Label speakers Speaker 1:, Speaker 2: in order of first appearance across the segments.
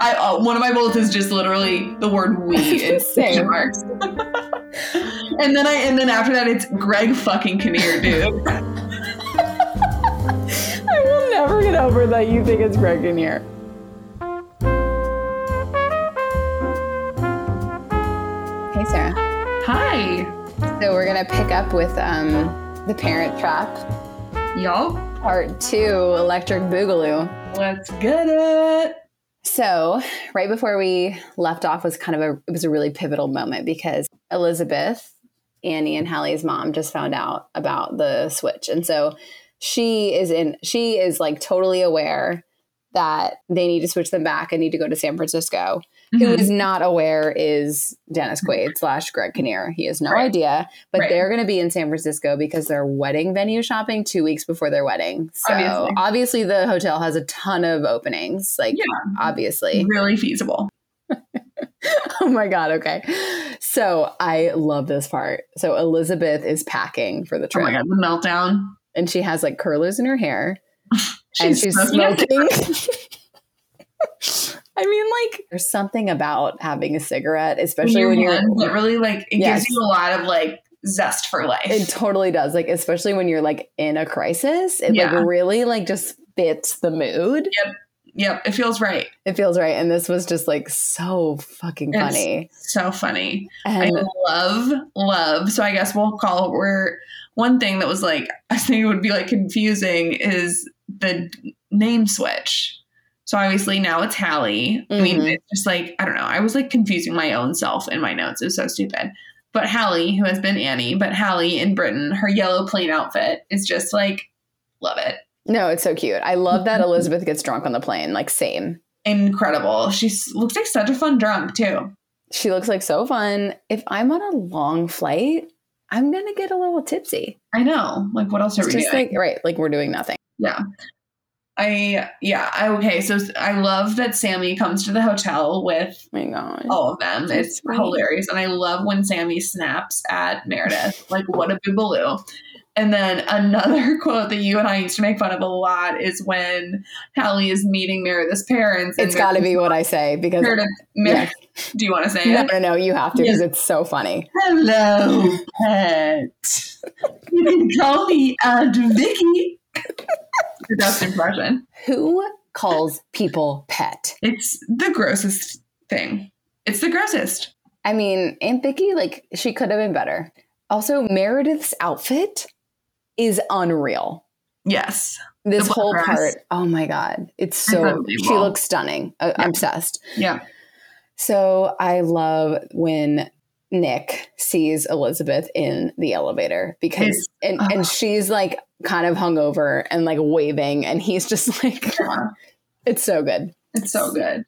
Speaker 1: I, uh, one of my bullets is just literally the word "we" in quotation
Speaker 2: Same.
Speaker 1: marks. and then I, and then after that, it's Greg fucking Kinnear, dude.
Speaker 2: I will never get over that you think it's Greg in here. Hey, Sarah.
Speaker 1: Hi,
Speaker 2: So we're gonna pick up with um, the Parent Trap,
Speaker 1: y'all.
Speaker 2: Part Two, Electric Boogaloo.
Speaker 1: Let's get it.
Speaker 2: So, right before we left off was kind of a it was a really pivotal moment because Elizabeth, Annie and Hallie's mom just found out about the switch. And so she is in she is like totally aware that they need to switch them back and need to go to San Francisco. Who
Speaker 1: Mm-hmm.
Speaker 2: is not aware is Dennis Quaid slash Greg Kinnear. He has no
Speaker 1: Right.
Speaker 2: idea, but
Speaker 1: Right.
Speaker 2: they're going to be in San Francisco because they're wedding venue shopping two weeks before their wedding. So
Speaker 1: Obviously.
Speaker 2: obviously, the hotel has a ton of openings. Like,
Speaker 1: Yeah.
Speaker 2: obviously,
Speaker 1: really feasible. Mm-hmm.
Speaker 2: oh my god okay so i love this part so elizabeth is packing for the
Speaker 1: Oh
Speaker 2: trip
Speaker 1: my god, the meltdown.
Speaker 2: and she has like curlers in her hair and
Speaker 1: She's
Speaker 2: she's
Speaker 1: smoking. a
Speaker 2: smoking i mean like there's something about having a cigarette especially when you're
Speaker 1: young, but really like it
Speaker 2: Yes.
Speaker 1: gives you a lot of like zest for life.
Speaker 2: it totally does like especially when you're like in a crisis it
Speaker 1: Yeah.
Speaker 2: like really like just fits the mood
Speaker 1: yep, it feels right.
Speaker 2: it feels right and this was just like so fucking
Speaker 1: Yes.
Speaker 2: funny
Speaker 1: So funny. I
Speaker 2: and
Speaker 1: love love. So I guess we'll call it where one thing that was like I think it would be like confusing is the d- name switch. So obviously now it's Hallie. I mean,
Speaker 2: Mhm.
Speaker 1: it's just like I don't know. I was like confusing my own self in my notes. It was so stupid. But Hallie, who has been Annie, but Hallie in Britain, her yellow plain outfit is just like love it.
Speaker 2: no it's so cute i love that elizabeth gets drunk on the plane like same
Speaker 1: Incredible. She s- looks like such a fun drunk too.
Speaker 2: She looks like so fun. If I'm on a long flight, I'm gonna get a little tipsy.
Speaker 1: I know. Like what else are
Speaker 2: It's
Speaker 1: we
Speaker 2: just
Speaker 1: doing?
Speaker 2: like right, like we're doing nothing.
Speaker 1: I yeah I okay so I love that Sammy comes to the hotel with
Speaker 2: Oh my gosh.
Speaker 1: all of them.
Speaker 2: So
Speaker 1: It's
Speaker 2: sweet.
Speaker 1: hilarious, and I love when Sammy snaps at Meredith like what a boobaloo. And then another quote that you and I used to make fun of a lot is when Hallie is meeting Meredith's parents. and
Speaker 2: it's gotta be what I say because
Speaker 1: Meredith. Meredith Do you want to say
Speaker 2: no,
Speaker 1: it?
Speaker 2: no, no, you have to because it's so funny.
Speaker 1: Hello, pet. you can call me Aunt Vicky. the best impression.
Speaker 2: Who calls people pet?
Speaker 1: It's the grossest thing. It's the grossest.
Speaker 2: I mean, Aunt Vicky, like she could have been better. Also, Meredith's outfit is unreal.
Speaker 1: Yes.
Speaker 2: This
Speaker 1: The black
Speaker 2: whole
Speaker 1: dress.
Speaker 2: part, oh my god, it's so she
Speaker 1: Unbelievable.
Speaker 2: looks stunning. Uh,
Speaker 1: Yeah.
Speaker 2: Obsessed.
Speaker 1: Yeah.
Speaker 2: So I love when Nick sees Elizabeth in the elevator because
Speaker 1: It's-
Speaker 2: and,
Speaker 1: ugh.
Speaker 2: and she's like kind of hungover and like waving and he's just like
Speaker 1: Yeah.
Speaker 2: it's so good.
Speaker 1: It's so good.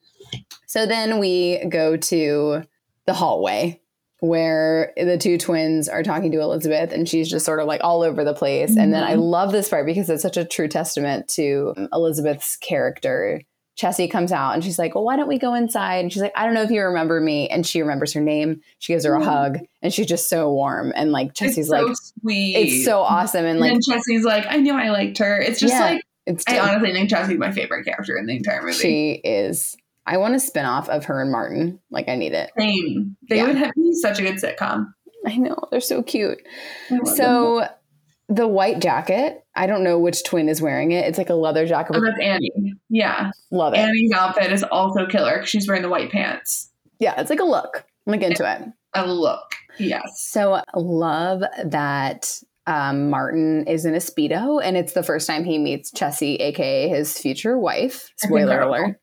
Speaker 2: So then we go to the hallway where the two twins are talking to Elizabeth and she's just sort of like all over the place. And then I
Speaker 1: Mhm.
Speaker 2: love this part because it's such a true testament to Elizabeth's character. Chessie comes out and she's like, Well, why don't we go inside? And she's like, I don't know if you remember me. And she remembers her name. She gives her a
Speaker 1: Mhm.
Speaker 2: hug and she's just so warm. And like, Chessie's
Speaker 1: it's so
Speaker 2: like,
Speaker 1: sweet.
Speaker 2: It's so awesome. And
Speaker 1: And then
Speaker 2: like,
Speaker 1: Chessie's like, I knew I liked her. It's just
Speaker 2: Yeah.
Speaker 1: like
Speaker 2: it's
Speaker 1: I honestly think Chessie's my favorite character in the entire movie.
Speaker 2: she is. I want a spinoff of her and Martin. Like, I need it.
Speaker 1: Same. They
Speaker 2: Yeah.
Speaker 1: would have been such a good sitcom.
Speaker 2: I know. They're so cute.
Speaker 1: I love them.
Speaker 2: So the white jacket, I don't know which twin is wearing it. It's like a leather jacket.
Speaker 1: Oh,
Speaker 2: With,
Speaker 1: that's Annie. Yeah.
Speaker 2: love it.
Speaker 1: Annie's outfit is also killer 'cause she's wearing the white pants.
Speaker 2: yeah, it's like a look. I'm like into it.
Speaker 1: A look. Yes.
Speaker 2: So love that um, Martin is in a speedo, and it's the first time he meets Chessie, aka his future wife.
Speaker 1: That's
Speaker 2: Spoiler
Speaker 1: incredible.
Speaker 2: alert.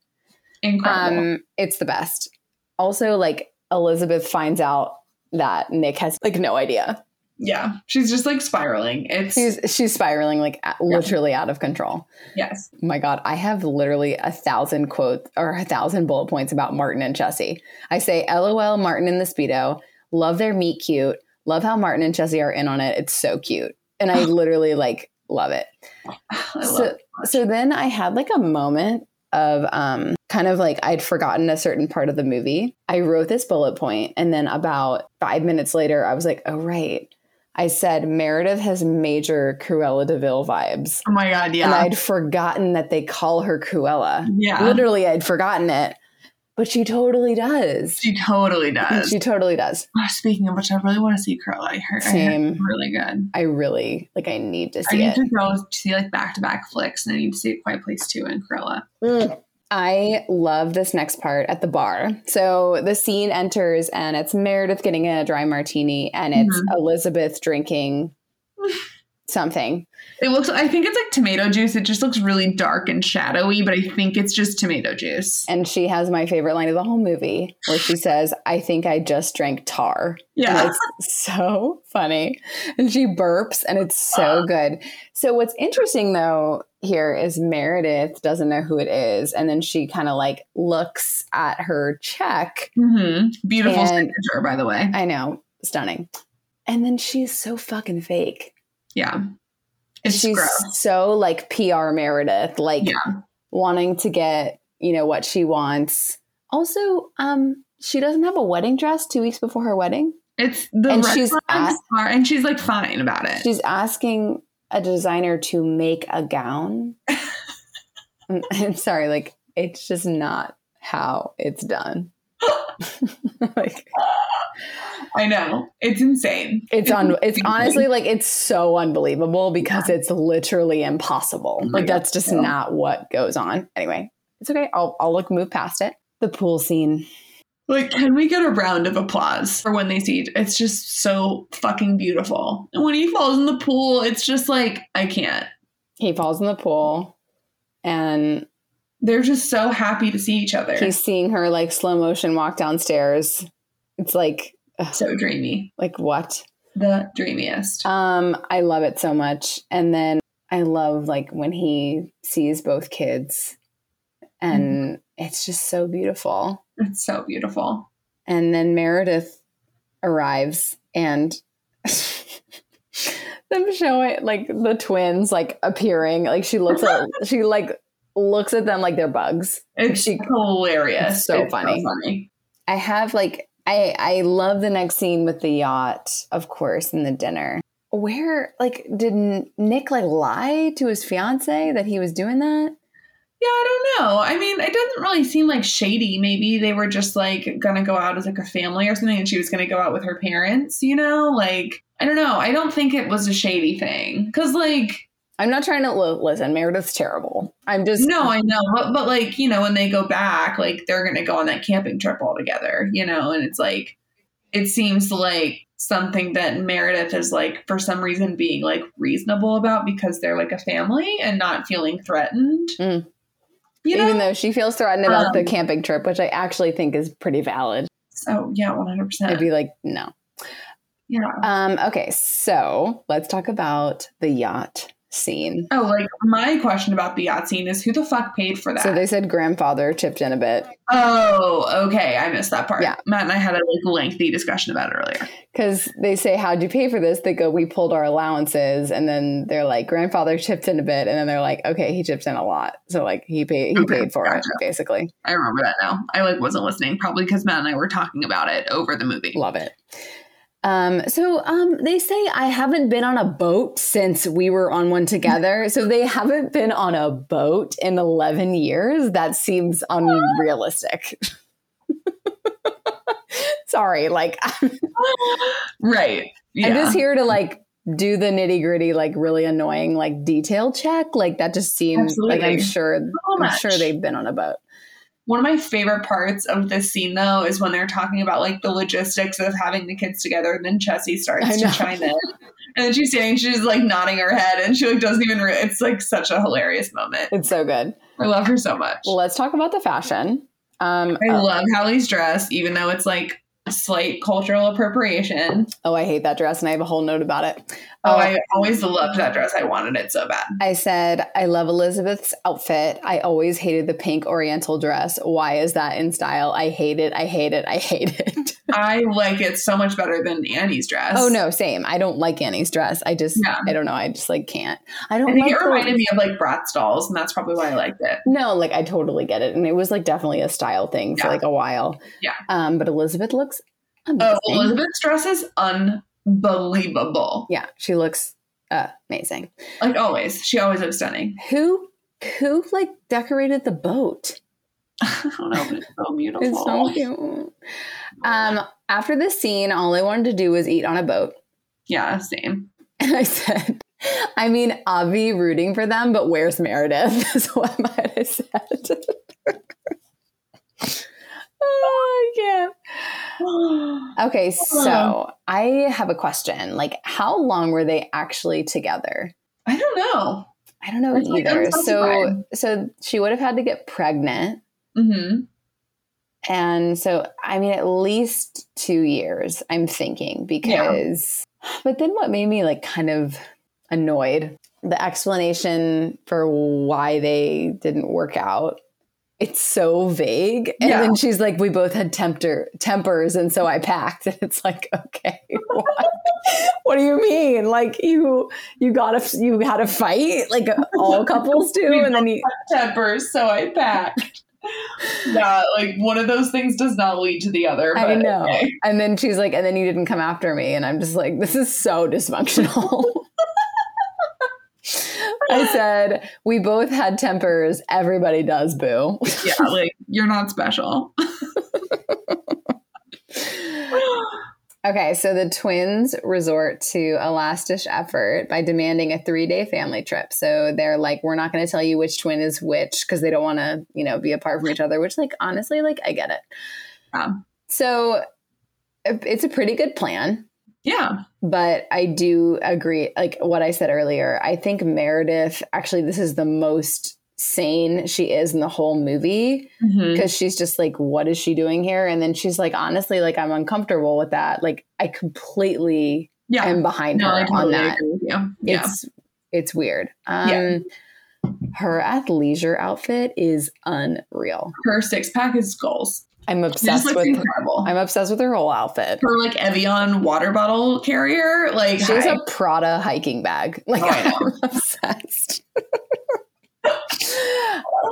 Speaker 1: Incredible.
Speaker 2: Um, it's the best. Also, like Elizabeth finds out that Nick has like no idea.
Speaker 1: yeah. She's just like spiraling. It's
Speaker 2: She's she's spiraling like a- literally out of control.
Speaker 1: yes.
Speaker 2: my god i have literally a thousand quotes or a thousand bullet points about martin and chessie i say lol martin and the speedo love their meet cute love how martin and chessie are in on it it's so cute and i literally like love it
Speaker 1: I love
Speaker 2: so, so then i had like a moment of um kind of like i'd forgotten a certain part of the movie i wrote this bullet point and then about five minutes later i was like oh right i said meredith has major cruella deville vibes
Speaker 1: Oh my god,
Speaker 2: and
Speaker 1: yeah.
Speaker 2: I'd forgotten that they call her Cruella.
Speaker 1: Yeah.
Speaker 2: Literally, I'd forgotten it. But she totally does.
Speaker 1: She totally does.
Speaker 2: She totally does.
Speaker 1: Oh, Speaking of which, I really want to see Curl. I heard, I heard
Speaker 2: Same.
Speaker 1: it's really good.
Speaker 2: I really like. I need to
Speaker 1: I
Speaker 2: see
Speaker 1: need
Speaker 2: it.
Speaker 1: to go see like back to back flicks, and I need to see A Quiet Place Two and Cruella.
Speaker 2: Mm. I love this next part at the bar. So the scene enters and it's Meredith getting a dry martini and it's
Speaker 1: Mm-hmm.
Speaker 2: Elizabeth drinking something.
Speaker 1: It looks. I think it's like tomato juice. It just looks really dark and shadowy, but I think it's just tomato juice.
Speaker 2: And she has my favorite line of the whole movie where she says, I think I just drank tar. And
Speaker 1: Yeah,
Speaker 2: it's so funny. And she burps and it's
Speaker 1: Ah.
Speaker 2: so good. So what's interesting though here is Meredith doesn't know who it is. And then she kind of like looks at her check
Speaker 1: hmm beautiful
Speaker 2: And-
Speaker 1: signature, by the way.
Speaker 2: I know, stunning. And then she's so fucking fake.
Speaker 1: Yeah, it's
Speaker 2: she's
Speaker 1: gross.
Speaker 2: so like PR Meredith, like
Speaker 1: Yeah.
Speaker 2: wanting to get, you know, what she wants. Also, um, she doesn't have a wedding dress two weeks before her wedding.
Speaker 1: It's the and
Speaker 2: and she's at-
Speaker 1: are, and she's like fine about it.
Speaker 2: She's asking a designer to make a gown. I'm, I'm sorry, like it's just not how it's done. like
Speaker 1: I know it's insane.
Speaker 2: It's on. It's
Speaker 1: insane.
Speaker 2: honestly like it's so unbelievable because it's literally impossible.
Speaker 1: Oh my
Speaker 2: like
Speaker 1: God,
Speaker 2: that's just
Speaker 1: yeah.
Speaker 2: not what goes on. Anyway, it's okay. I'll I'll look move past it. The pool scene.
Speaker 1: Like, can we get a round of applause for when they see it? It's just so fucking beautiful. And when he falls in the pool, it's just like, I can't.
Speaker 2: He falls in the pool, and
Speaker 1: They're just so happy to see each other.
Speaker 2: he's seeing her like slow motion walk downstairs. It's like
Speaker 1: so dreamy.
Speaker 2: like what?
Speaker 1: The dreamiest.
Speaker 2: Um, I love it so much. And then I love like when he sees both kids, and it's just so beautiful.
Speaker 1: It's so beautiful.
Speaker 2: And then Meredith arrives and them showing like the twins like appearing. Like she looks at she like looks at them like they're bugs.
Speaker 1: It's
Speaker 2: She-
Speaker 1: hilarious.
Speaker 2: it's so funny. I have like I I love the next scene with the yacht, of course, and the dinner. Where like did N- Nick like lie to his fiance that he was doing that?
Speaker 1: Yeah, I don't know. I mean, it doesn't really seem like shady. Maybe they were just like gonna go out as like a family or something, and she was gonna go out with her parents. You know, like I don't know. I don't think it was a shady thing because like
Speaker 2: I'm not trying to li- listen. Meredith's terrible. I'm just
Speaker 1: No, I know, but but like you know, when they go back, like they're gonna go on that camping trip all together, you know, and it's like it seems like something that Meredith is like for some reason being like reasonable about because they're like a family and not feeling threatened.
Speaker 2: Mm.
Speaker 1: You know,
Speaker 2: even though she feels threatened about the
Speaker 1: Um,
Speaker 2: camping trip, which I actually think is pretty valid.
Speaker 1: so yeah, one hundred
Speaker 2: I'd
Speaker 1: percent.
Speaker 2: be like, no.
Speaker 1: Yeah.
Speaker 2: Um, okay, so let's talk about the yacht scene.
Speaker 1: Oh, like my question about the yacht scene is who the fuck paid for that?
Speaker 2: So they said grandfather chipped in a bit
Speaker 1: oh, okay, I missed that part.
Speaker 2: Yeah.
Speaker 1: Matt and I had a like lengthy discussion about it earlier.
Speaker 2: because they say, "How'd you pay for this?" They go, "We pulled our allowances," and then they're like, "Grandfather chipped in a bit," and then they're like, "Okay, he chipped in a lot." So like he paid he
Speaker 1: Okay,
Speaker 2: paid for it
Speaker 1: gotcha.
Speaker 2: basically.
Speaker 1: I remember that now. I like wasn't listening probably because Matt and I were talking about it over the movie.
Speaker 2: Love it. Um, so um, they say I haven't been on a boat since we were on one together. so they haven't been on a boat in eleven years. That seems unrealistic. Sorry, like
Speaker 1: right. Yeah.
Speaker 2: I'm just here to like do the nitty gritty, like really annoying, like detail check. Like that just seems like I'm
Speaker 1: Absolutely.
Speaker 2: sure
Speaker 1: So
Speaker 2: I'm
Speaker 1: much.
Speaker 2: sure they've been on a boat.
Speaker 1: One of my favorite parts of this scene though is when they're talking about like the logistics of having the kids together and then Chessie
Speaker 2: I
Speaker 1: starts
Speaker 2: know.
Speaker 1: to chime in. And then she's standing, she's like nodding her head and she like doesn't even re- it's like such a hilarious moment.
Speaker 2: It's so good.
Speaker 1: I love her so much.
Speaker 2: Well, let's talk about the fashion. Um,
Speaker 1: I
Speaker 2: oh,
Speaker 1: love Hallie's dress, even though it's like slight cultural appropriation.
Speaker 2: oh, I hate that dress, and I have a whole note about it. Uh,
Speaker 1: Oh, I always loved that dress. I wanted it so bad.
Speaker 2: I said, I love Elizabeth's outfit. I always hated the pink oriental dress. Why is that in style? I hate it. I hate it. I hate it.
Speaker 1: I like it so much better than Annie's dress.
Speaker 2: oh, no, same. I don't like Annie's dress. I just,
Speaker 1: Yeah.
Speaker 2: I don't know. I just like can't. I don't
Speaker 1: I think
Speaker 2: like
Speaker 1: it
Speaker 2: the-
Speaker 1: reminded me of like Bratz dolls, and that's probably why I liked it.
Speaker 2: No, like I totally get it. And it was like definitely a style thing for
Speaker 1: Yeah.
Speaker 2: like a while.
Speaker 1: Yeah.
Speaker 2: Um, but Elizabeth looks amazing.
Speaker 1: Oh, Elizabeth's dress is unbelievable.
Speaker 2: Yeah, she looks uh, amazing.
Speaker 1: Like always, she always looks stunning.
Speaker 2: Who who like decorated the boat?
Speaker 1: I don't know, but it's so beautiful.
Speaker 2: It's so cute. Um, after this scene, all I wanted to do was eat on a boat.
Speaker 1: yeah, same.
Speaker 2: And I said, I mean, Avi rooting for them, but where's Meredith? Is what I might have said. oh, I can't. Okay, so I have a question. Like, how long were they actually together?
Speaker 1: I don't know.
Speaker 2: I don't know
Speaker 1: That's like
Speaker 2: either. So,
Speaker 1: unspecified.
Speaker 2: so she would have had to get pregnant,
Speaker 1: Mm-hmm.
Speaker 2: and so I mean, at least two years. I'm thinking because. But then, what made me like kind of annoyed the explanation for why they didn't work out. It's so vague, and
Speaker 1: Yeah.
Speaker 2: then she's like, "We both had temper tempers, and so I packed." And it's like, okay, what? what do you mean? Like you you got a you had a fight like all couples do, and then you
Speaker 1: Tempers, so I packed. yeah, like one of those things does not lead to the other.
Speaker 2: I
Speaker 1: but
Speaker 2: know.
Speaker 1: okay.
Speaker 2: And then she's like, and then you didn't come after me. And I'm just like, this is so dysfunctional. I said, we both had tempers. Everybody does, boo.
Speaker 1: Yeah, like you're not special.
Speaker 2: Okay, so the twins resort to a last ditch effort by demanding a three day family trip. So they're like, we're not going to tell you which twin is which because they don't want to, you know, be apart from each other, which, like, honestly, like, I get it.
Speaker 1: Yeah.
Speaker 2: So it- it's a pretty good plan.
Speaker 1: yeah.
Speaker 2: but I do agree. Like what I said earlier, I think Meredith actually this is the most sane she is in the whole movie
Speaker 1: Mhm.
Speaker 2: because she's just like, what is she doing here? And then she's like, honestly, like I'm uncomfortable with that. Like I completely
Speaker 1: Yeah.
Speaker 2: am behind
Speaker 1: no,
Speaker 2: her
Speaker 1: I totally
Speaker 2: on that.
Speaker 1: agree with you. Yeah.
Speaker 2: It's it's weird. Um,
Speaker 1: Yeah.
Speaker 2: Her athleisure outfit is unreal.
Speaker 1: her six pack is goals.
Speaker 2: I'm
Speaker 1: It just
Speaker 2: obsessed
Speaker 1: looks
Speaker 2: with.
Speaker 1: incredible.
Speaker 2: I'm obsessed with her whole outfit.
Speaker 1: her like Evian water bottle carrier, like
Speaker 2: She has
Speaker 1: hi.
Speaker 2: a Prada hiking bag. Like
Speaker 1: Oh, I
Speaker 2: I'm obsessed.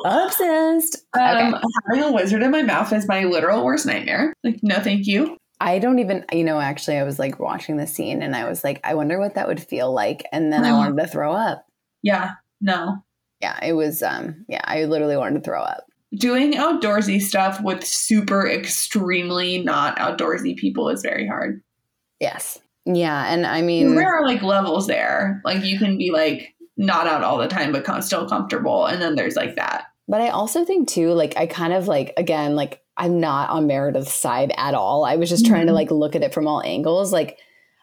Speaker 2: obsessed.
Speaker 1: um, having a wizard in my mouth is my literal worst nightmare. Like, no, thank you.
Speaker 2: I don't even you know, actually I was like watching the scene and I was like, I wonder what that would feel like. And then I wanted to throw up.
Speaker 1: Yeah, no.
Speaker 2: Yeah, it was um yeah, I literally wanted to throw up.
Speaker 1: Doing outdoorsy stuff with super extremely not outdoorsy people is very hard.
Speaker 2: Yes. Yeah, and I mean
Speaker 1: There are like levels there. Like you can be like not out all the time, but com- still comfortable. And then there's like that.
Speaker 2: But I also think too, like I kind of like again, like I'm not on Meredith's side at all. I was just trying to
Speaker 1: Mhm.
Speaker 2: like look at it from all angles. Like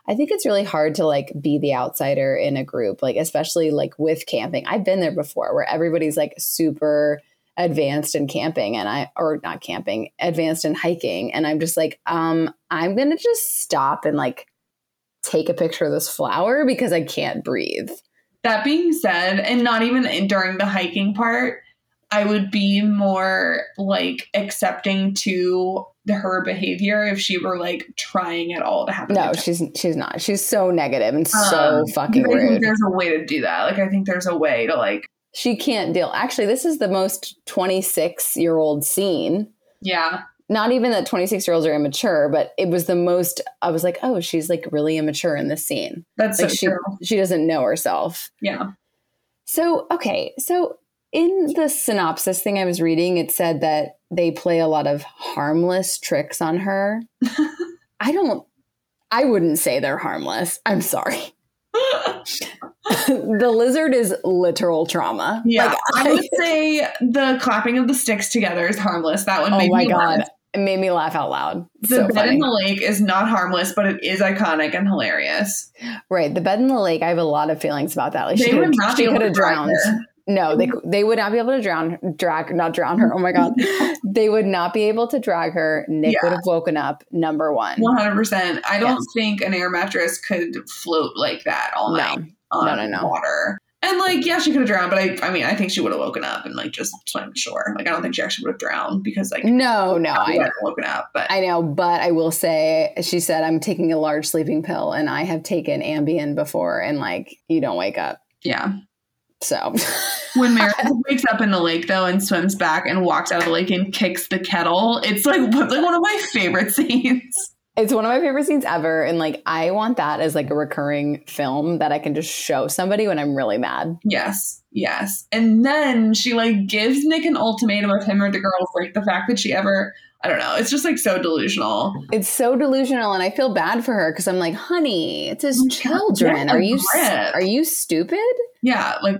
Speaker 2: I think it's really hard to like be the outsider in a group, like especially like with camping. I've been there before where everybody's like super advanced in camping and I or not camping, advanced in hiking and I'm just like um I'm going to just stop and like take a picture of this flower because I can't breathe.
Speaker 1: That being said, and not even in- during the hiking part, I would be more like accepting to the, her behavior if she were like trying at all to have. a
Speaker 2: No,
Speaker 1: good time.
Speaker 2: she's she's not. She's so negative and so
Speaker 1: Um,
Speaker 2: fucking
Speaker 1: I think
Speaker 2: rude.
Speaker 1: there's a way to do that. Like, I think there's a way to like,
Speaker 2: she can't deal. Actually, this is the most 26 year old scene.
Speaker 1: yeah,
Speaker 2: Not even that 26 year olds are immature, but it was the most. I was like, oh, she's like really immature in this scene.
Speaker 1: that's
Speaker 2: Like
Speaker 1: so
Speaker 2: she
Speaker 1: true.
Speaker 2: she doesn't know herself.
Speaker 1: Yeah,
Speaker 2: So okay, so in the synopsis thing I was reading, it said that they play a lot of harmless tricks on her. I don't. I wouldn't say they're harmless. I'm sorry. the lizard is literal trauma.
Speaker 1: yeah.
Speaker 2: Like,
Speaker 1: I would say the clapping of the sticks together is harmless. That one.
Speaker 2: Oh
Speaker 1: made
Speaker 2: my
Speaker 1: me
Speaker 2: god,
Speaker 1: laugh.
Speaker 2: it made me laugh out loud.
Speaker 1: The
Speaker 2: so
Speaker 1: bed
Speaker 2: funny,
Speaker 1: in the lake is not harmless, but it is iconic and hilarious.
Speaker 2: right? The bed in the lake. I have a lot of feelings about that. Like she
Speaker 1: they would
Speaker 2: could
Speaker 1: not
Speaker 2: she
Speaker 1: be able
Speaker 2: could
Speaker 1: to
Speaker 2: have
Speaker 1: drown.
Speaker 2: drowned.
Speaker 1: her.
Speaker 2: No, they they would not be able to drown drag not drown her. Oh my god, they would not be able to drag her. Nick
Speaker 1: Yeah.
Speaker 2: would have woken up. Number one.
Speaker 1: One hundred percent. I don't
Speaker 2: Yes.
Speaker 1: think an air mattress could float like that all
Speaker 2: No.
Speaker 1: night on
Speaker 2: No, no, no.
Speaker 1: water. And like, yeah, she could have drowned, but I, I mean, I think she would have woken up and like just swam ashore. Like, I don't think she actually would have drowned because like,
Speaker 2: No, no,
Speaker 1: I
Speaker 2: I
Speaker 1: would
Speaker 2: know.
Speaker 1: have woken up. But
Speaker 2: I know, but I will say, she said, I'm taking a large sleeping pill and I have taken Ambien before, and like, you don't wake up.
Speaker 1: yeah,
Speaker 2: So,
Speaker 1: when Meredith wakes up in the lake though and swims back and walks out of the lake and kicks the kettle, it's like what's like one of my favorite scenes.
Speaker 2: It's one of my favorite scenes ever. And like, I want that as like a recurring film that I can just show somebody when I'm really mad.
Speaker 1: Yes, yes. And then she like gives Nick an ultimatum of him or the girls. Like the fact that she ever, I don't know. It's just like so delusional.
Speaker 2: It's so delusional. And I feel bad for her because I'm like, honey, it's
Speaker 1: Oh
Speaker 2: his children.
Speaker 1: Mm, yeah,
Speaker 2: Are you,
Speaker 1: rip.
Speaker 2: are you stupid?
Speaker 1: Yeah, like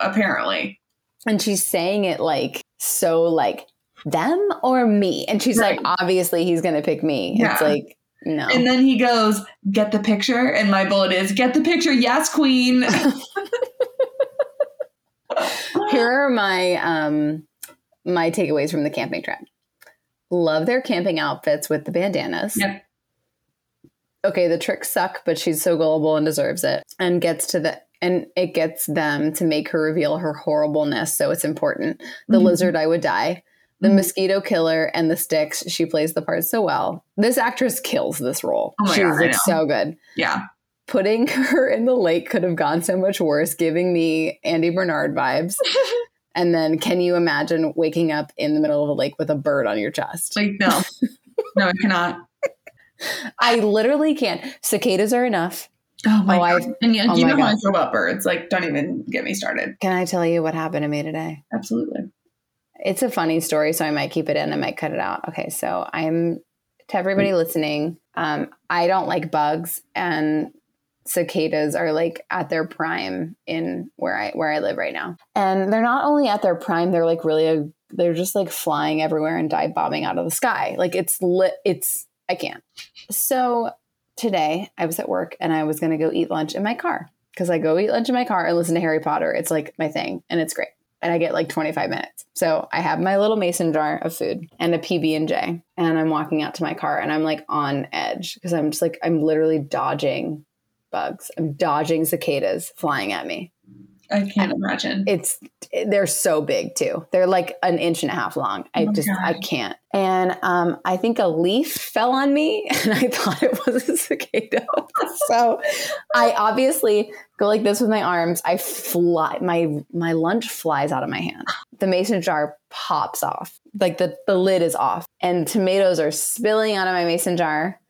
Speaker 1: apparently.
Speaker 2: and she's saying it like so like them or me and she's
Speaker 1: Right.
Speaker 2: like obviously he's gonna pick me it's
Speaker 1: Yeah.
Speaker 2: like no
Speaker 1: And then he goes, "Get the picture." And my bullet is, "Get the picture." Yes, queen.
Speaker 2: here are my um my takeaways from the camping trip love their camping outfits with the bandanas
Speaker 1: Yep.
Speaker 2: okay the tricks suck but she's so gullible and deserves it and gets to the and it gets them to make her reveal her horribleness so it's important the
Speaker 1: Mhm.
Speaker 2: lizard i would die the
Speaker 1: Mhm.
Speaker 2: mosquito killer and the sticks she plays the part so well this actress kills this role
Speaker 1: Oh my
Speaker 2: she's
Speaker 1: God, I
Speaker 2: like
Speaker 1: know.
Speaker 2: so good
Speaker 1: Yeah.
Speaker 2: putting her in the lake could have gone so much worse giving me andy bernard vibes and then can you imagine waking up in the middle of a lake with a bird on your chest
Speaker 1: Like no, no, I cannot.
Speaker 2: i literally can't cicadas are enough
Speaker 1: Oh my
Speaker 2: Oh, I-
Speaker 1: god! and yeah,
Speaker 2: oh
Speaker 1: you
Speaker 2: my
Speaker 1: know how I
Speaker 2: God.
Speaker 1: feel about birds. Like, don't even get me started.
Speaker 2: can i tell you what happened to me today
Speaker 1: Absolutely.
Speaker 2: it's a funny story, so I might keep it in. I might cut it out. Okay, so I'm to everybody listening. Um, I don't like bugs, and cicadas are like at their prime in where I where I live right now. And they're not only at their prime; they're like really they're just like flying everywhere and dive bombing out of the sky. Like it's lit. It's I can't. So today I was at work and I was gonna go eat lunch in my car because I go eat lunch in my car and listen to Harry Potter. It's like my thing, and it's great and I get like 25 minutes. So I have my little mason jar of food and a PB and J, and I'm walking out to my car, and I'm like on edge because I'm just like I'm literally dodging bugs. I'm dodging cicadas flying at me.
Speaker 1: I can't imagine.
Speaker 2: It's they're so big too. They're like an inch and a half long. I
Speaker 1: Oh my
Speaker 2: just I can't. And um, I think a leaf fell on me, and I thought it was a cicada. so I obviously go like this with my arms. I fly my my lunch flies out of my hand. The mason jar pops off, like the the lid is off, and tomatoes are spilling out of my mason jar.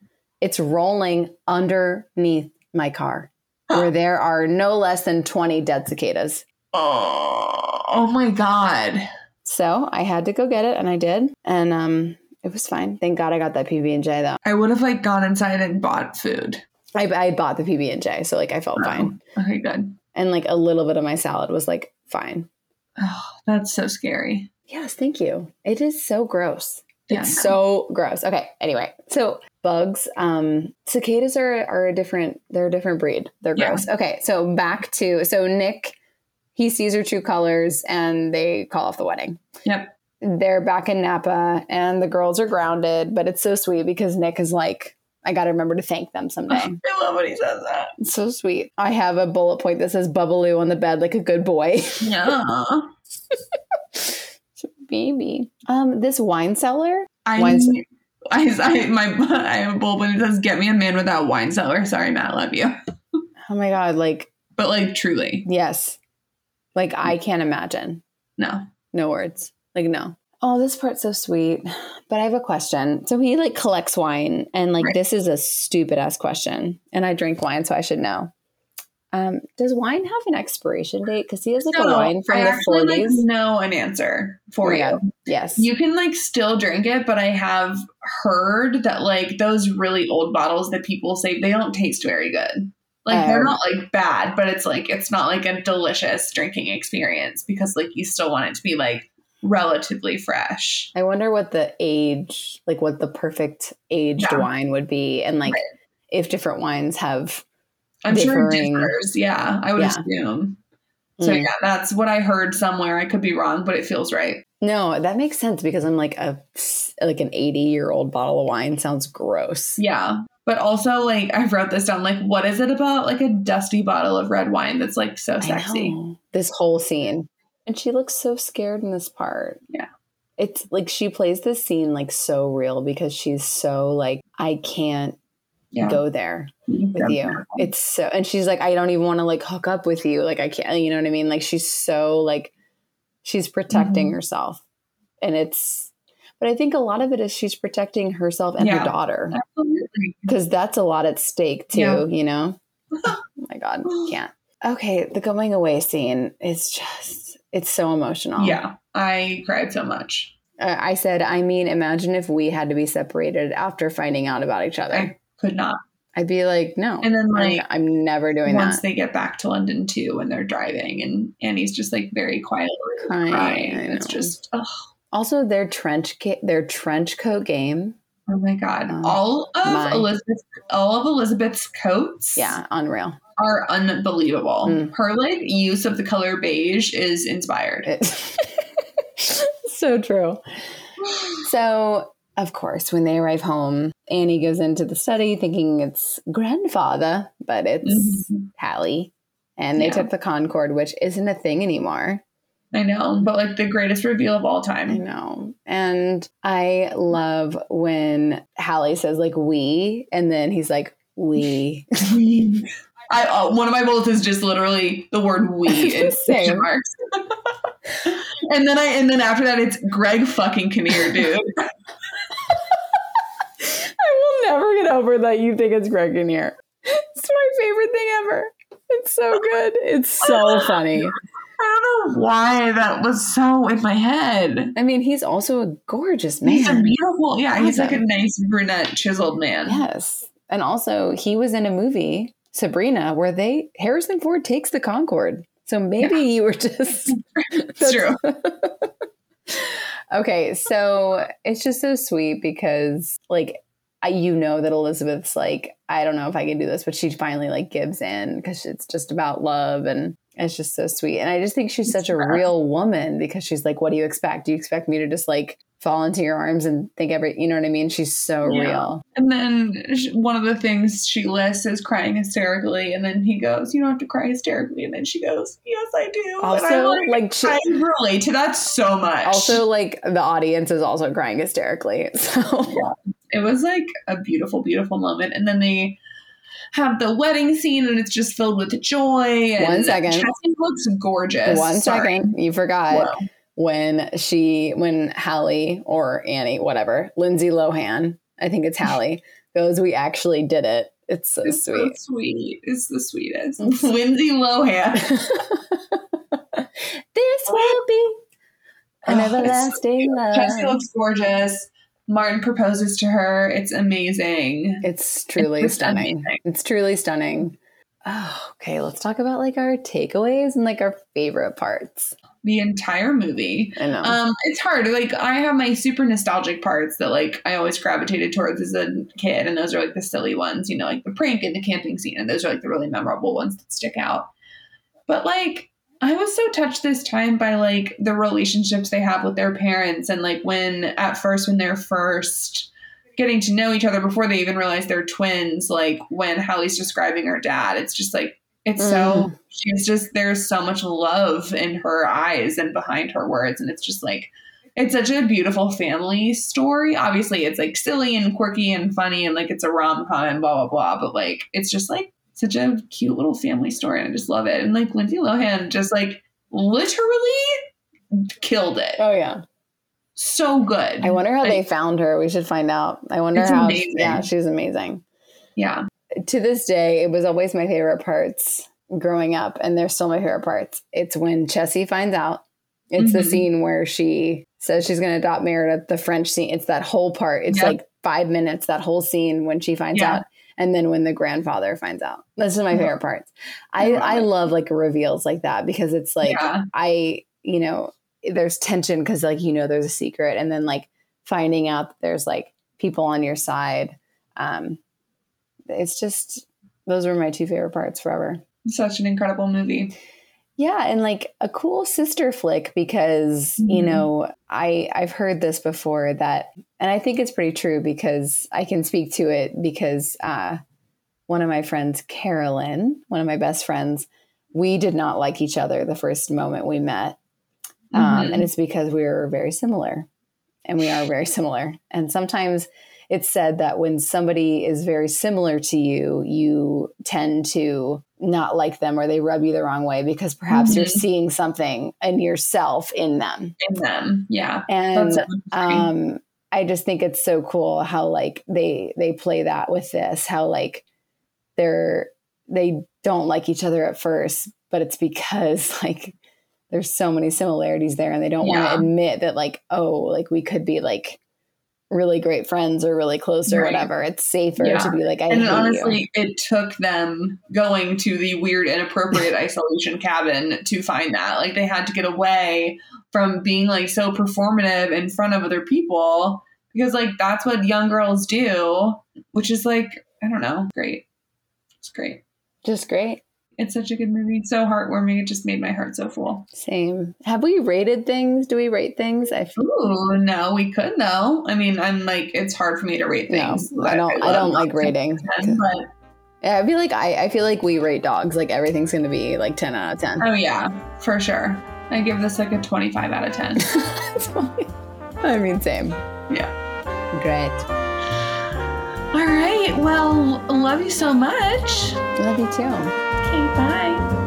Speaker 2: It's rolling underneath my car, where there are no less than twenty dead cicadas.
Speaker 1: oh, oh my god.
Speaker 2: So I had to go get it, and I did, and um, it was fine. Thank God I got that PB and J though.
Speaker 1: I would have like gone inside and bought food.
Speaker 2: I I bought the PB and J, so like I felt fine,
Speaker 1: Okay, good.
Speaker 2: and like a little bit of my salad was like fine.
Speaker 1: Oh, that's so scary.
Speaker 2: Yes, thank you. It is so gross.
Speaker 1: Yeah,
Speaker 2: It's
Speaker 1: no.
Speaker 2: so gross. Okay. Anyway, so bugs, um, cicadas are are a different. They're a different breed. They're
Speaker 1: Yeah.
Speaker 2: gross. Okay. So back to so Nick, he sees her true colors, and they call off the wedding.
Speaker 1: Yep.
Speaker 2: They're back in Napa, and the girls are grounded. But it's so sweet because Nick is like, I got to remember to thank them someday.
Speaker 1: I love when he says that.
Speaker 2: It's so sweet. I have a bullet point that says Bubbaloo on the bed like a good boy.
Speaker 1: Yeah.
Speaker 2: Baby. Um, this wine cellar
Speaker 1: I,
Speaker 2: Wine
Speaker 1: I, I, my, I have a bulb and it says, "Get me a man without wine cellar." Sorry, Matt, love you,
Speaker 2: Oh my god, like
Speaker 1: but like truly,
Speaker 2: yes. Like
Speaker 1: Mm.
Speaker 2: I can't imagine.
Speaker 1: no.
Speaker 2: No words. Like no. Oh, this part's so sweet. But I have a question. So he like collects wine and like
Speaker 1: Right.
Speaker 2: this is a stupid ass question. And I drink wine, so I should know. Um, does wine have an expiration date? Because he has like a
Speaker 1: No,
Speaker 2: wine from
Speaker 1: I
Speaker 2: the
Speaker 1: actually, like,
Speaker 2: forties. Oh,
Speaker 1: know an answer for
Speaker 2: Yeah.
Speaker 1: you.
Speaker 2: yes.
Speaker 1: You can like still drink it, but I have heard that like those really old bottles that people say they don't taste very good. Like they're
Speaker 2: Oh.
Speaker 1: not like bad, but it's like it's not like a delicious drinking experience because like you still want it to be like relatively fresh.
Speaker 2: I wonder what the age, like what the perfect aged
Speaker 1: Yeah.
Speaker 2: wine would be, and like
Speaker 1: Right.
Speaker 2: if different wines have
Speaker 1: I'm sure it
Speaker 2: Differing.
Speaker 1: differs. Yeah, I would
Speaker 2: Yeah.
Speaker 1: assume. So
Speaker 2: Mm.
Speaker 1: yeah, that's what I heard somewhere. I could be wrong, but it feels right.
Speaker 2: No, that makes sense because I'm like a like an 80 year old bottle of wine sounds gross.
Speaker 1: Yeah. But also, like, I wrote this down. Like, what is it about like a dusty bottle of red wine that's like so
Speaker 2: I
Speaker 1: sexy?
Speaker 2: know. This whole scene. And she looks so scared in this part.
Speaker 1: Yeah.
Speaker 2: It's like she plays this scene like so real because she's so like I can't
Speaker 1: Yeah.
Speaker 2: go there with
Speaker 1: Yeah.
Speaker 2: you. It's so and she's like I don't even want to like hook up with you. Like I can't, you know what I
Speaker 1: Mm-hmm.
Speaker 2: mean? Like she's so like she's protecting herself. And it's But I think a lot of it is she's protecting herself and
Speaker 1: Yeah.
Speaker 2: her daughter
Speaker 1: Absolutely.
Speaker 2: because that's a lot at stake too,
Speaker 1: Yeah.
Speaker 2: you know? oh my God, can't. Okay, the going away scene is just, it's so emotional.
Speaker 1: Yeah, I cried so much.
Speaker 2: Uh, I said, I mean, imagine if we had to be separated after finding out about each other.
Speaker 1: I could not.
Speaker 2: I'd be like, no,
Speaker 1: And then like
Speaker 2: I'm, I'm never doing
Speaker 1: once
Speaker 2: that.
Speaker 1: they get back to London too, when they're driving, and Annie's just like very quietly
Speaker 2: Crying,
Speaker 1: crying.
Speaker 2: I
Speaker 1: It's
Speaker 2: know.
Speaker 1: just ugh,
Speaker 2: also, their trench ca- their trench coat game,
Speaker 1: oh my god!
Speaker 2: Oh,
Speaker 1: all of
Speaker 2: my.
Speaker 1: Elizabeth's all of Elizabeth's coats,
Speaker 2: yeah, unreal.
Speaker 1: are unbelievable.
Speaker 2: Mm.
Speaker 1: Her like use of the color beige is inspired.
Speaker 2: It- so true. So, of course, when they arrive home, Annie goes into the study thinking it's grandfather, but it's
Speaker 1: Mhm.
Speaker 2: Hallie. And they
Speaker 1: Yeah.
Speaker 2: took the Concord, which isn't a thing anymore.
Speaker 1: I know, but like the greatest reveal of all time.
Speaker 2: I know. And I love when Hallie says, like, we, and then he's like, we.
Speaker 1: I uh, one of my bullets is just literally the word we in question
Speaker 2: Same.
Speaker 1: marks. and then I and then after that it's Greg fucking Kinnear, dude.
Speaker 2: I will never get over that you think it's Greg in here. It's my favorite thing ever. It's so good. It's so funny.
Speaker 1: I don't know why that was so in my head.
Speaker 2: I mean, he's also a gorgeous
Speaker 1: He's a
Speaker 2: man.
Speaker 1: beautiful, yeah. He's like a
Speaker 2: Awesome.
Speaker 1: nice brunette, chiseled man.
Speaker 2: Yes. And also, he was in a movie, Sabrina, where they Harrison Ford takes the Concorde. So maybe you were just
Speaker 1: it's true.
Speaker 2: okay. So it's just so sweet because, like, I, you know that Elizabeth's like, I don't know if I can do this, but she finally like gives in because it's just about love and it's just so sweet. And I just think she's
Speaker 1: It's
Speaker 2: such a
Speaker 1: rad.
Speaker 2: real woman because she's like, what do you expect? Do you expect me to just like fall into your arms and think every, you know what I mean? She's so
Speaker 1: Yeah.
Speaker 2: real.
Speaker 1: And then sh- one of the things she lists is crying hysterically, and then he goes, "You don't have to cry hysterically." And then she goes, "Yes, I do." and I'm
Speaker 2: Also,
Speaker 1: like,
Speaker 2: like, she,
Speaker 1: I relate to that so much.
Speaker 2: also like the audience is also crying hysterically. So
Speaker 1: it was like a beautiful, beautiful moment. And then they have the wedding scene, and it's just filled with joy. And
Speaker 2: One second.
Speaker 1: Chesney looks gorgeous.
Speaker 2: one second,
Speaker 1: Sorry.
Speaker 2: you forgot.
Speaker 1: Whoa.
Speaker 2: when she when Hallie or Annie, whatever, Lindsay Lohan, I think it's Hallie, goes, We actually did it. It's so
Speaker 1: It's so
Speaker 2: sweet.
Speaker 1: sweet. It's the sweetest. Lindsay Lohan.
Speaker 2: this will be an
Speaker 1: Oh, it's so
Speaker 2: everlasting
Speaker 1: Chesney
Speaker 2: love.
Speaker 1: looks gorgeous. Martin proposes to her. It's amazing.
Speaker 2: It's truly
Speaker 1: It's
Speaker 2: stunning.
Speaker 1: amazing.
Speaker 2: It's truly stunning. Oh, okay, let's talk about like our takeaways and like our favorite parts.
Speaker 1: The entire movie.
Speaker 2: I know.
Speaker 1: Um, it's hard. Like I have my super nostalgic parts that like I always gravitated towards as a kid, and those are like the silly ones, you know, like the prank and the camping scene, and those are like the really memorable ones that stick out. But like I was so touched this time by like the relationships they have with their parents, and like when at first when they're first getting to know each other before they even realize they're twins, like when Hallie's describing her dad, it's just like it's so she's just there's so much love in her eyes and behind her words and it's just like it's such a beautiful family story obviously it's like silly and quirky and funny and like it's a rom-com and blah blah blah but like it's just like such a cute little family story and i just love it and like lindsay lohan just like literally killed it
Speaker 2: oh yeah.
Speaker 1: so good
Speaker 2: I wonder how
Speaker 1: I-
Speaker 2: they found her. We should find out. I wonder
Speaker 1: It's
Speaker 2: how
Speaker 1: amazing.
Speaker 2: yeah, she's amazing.
Speaker 1: yeah
Speaker 2: to this day, it was always my favorite parts growing up, and they're still my favorite parts. It's when Chessie finds out. It's the
Speaker 1: Mhm.
Speaker 2: scene where she says she's going to adopt Meredith, the French scene. It's that whole part. It's
Speaker 1: Yep.
Speaker 2: like five minutes, that whole scene when she finds
Speaker 1: Yeah.
Speaker 2: out. And then when the grandfather finds out. That's one of my
Speaker 1: Mhm.
Speaker 2: favorite parts. I,
Speaker 1: Yeah.
Speaker 2: I love like reveals like that because it's like
Speaker 1: Yeah.
Speaker 2: I, you know, there's tension because like you know there's a secret. And then like finding out that there's like people on your side. Um, it's just those were my two favorite parts forever.
Speaker 1: such an incredible movie
Speaker 2: Yeah, and like a cool sister flick because you
Speaker 1: Mhm.
Speaker 2: know I I've heard this before that, and I think it's pretty true because I can speak to it because uh, one of my friends, Carolyn, one of my best friends, we did not like each other the first moment we met, um,
Speaker 1: Mhm.
Speaker 2: and it's because we were very similar, and we are very similar, and sometimes. It's said that when somebody is very similar to you, you tend to not like them or they rub you the wrong way because perhaps you're
Speaker 1: Mhm.
Speaker 2: seeing something in yourself in them.
Speaker 1: in them yeah
Speaker 2: And
Speaker 1: that's so
Speaker 2: um, I just think it's so cool how like they they play that with this, how like they're they don't like each other at first, but it's because like there's so many similarities there and they don't want
Speaker 1: Yeah.
Speaker 2: to admit that like, oh, like we could be like really great friends or really close or
Speaker 1: Right.
Speaker 2: whatever. It's safer
Speaker 1: Yeah.
Speaker 2: to be like, I
Speaker 1: and
Speaker 2: hate you.
Speaker 1: honestly, it took them going to the weird, inappropriate isolation cabin to find that. Like they had to get away from being like so performative in front of other people because like that's what young girls do, which is like I don't know, great. It's great.
Speaker 2: Just great.
Speaker 1: It's such a good movie. It's so heartwarming. It just made my heart so full.
Speaker 2: Same. Have we rated things? Do we rate things? I feel
Speaker 1: Ooh, no, we could though. I mean, I'm like, it's hard for me to rate
Speaker 2: no,
Speaker 1: things.
Speaker 2: I don't. I, don't
Speaker 1: love
Speaker 2: like rating.
Speaker 1: them, But
Speaker 2: Yeah, I feel like I, I feel like we rate dogs. Like everything's gonna be like ten out of ten.
Speaker 1: Oh yeah, for sure. I give this like a 25 out of 10.
Speaker 2: I mean, same.
Speaker 1: Yeah.
Speaker 2: Great.
Speaker 1: All right. Well, love you so much.
Speaker 2: Love you too.
Speaker 1: Okay, bye.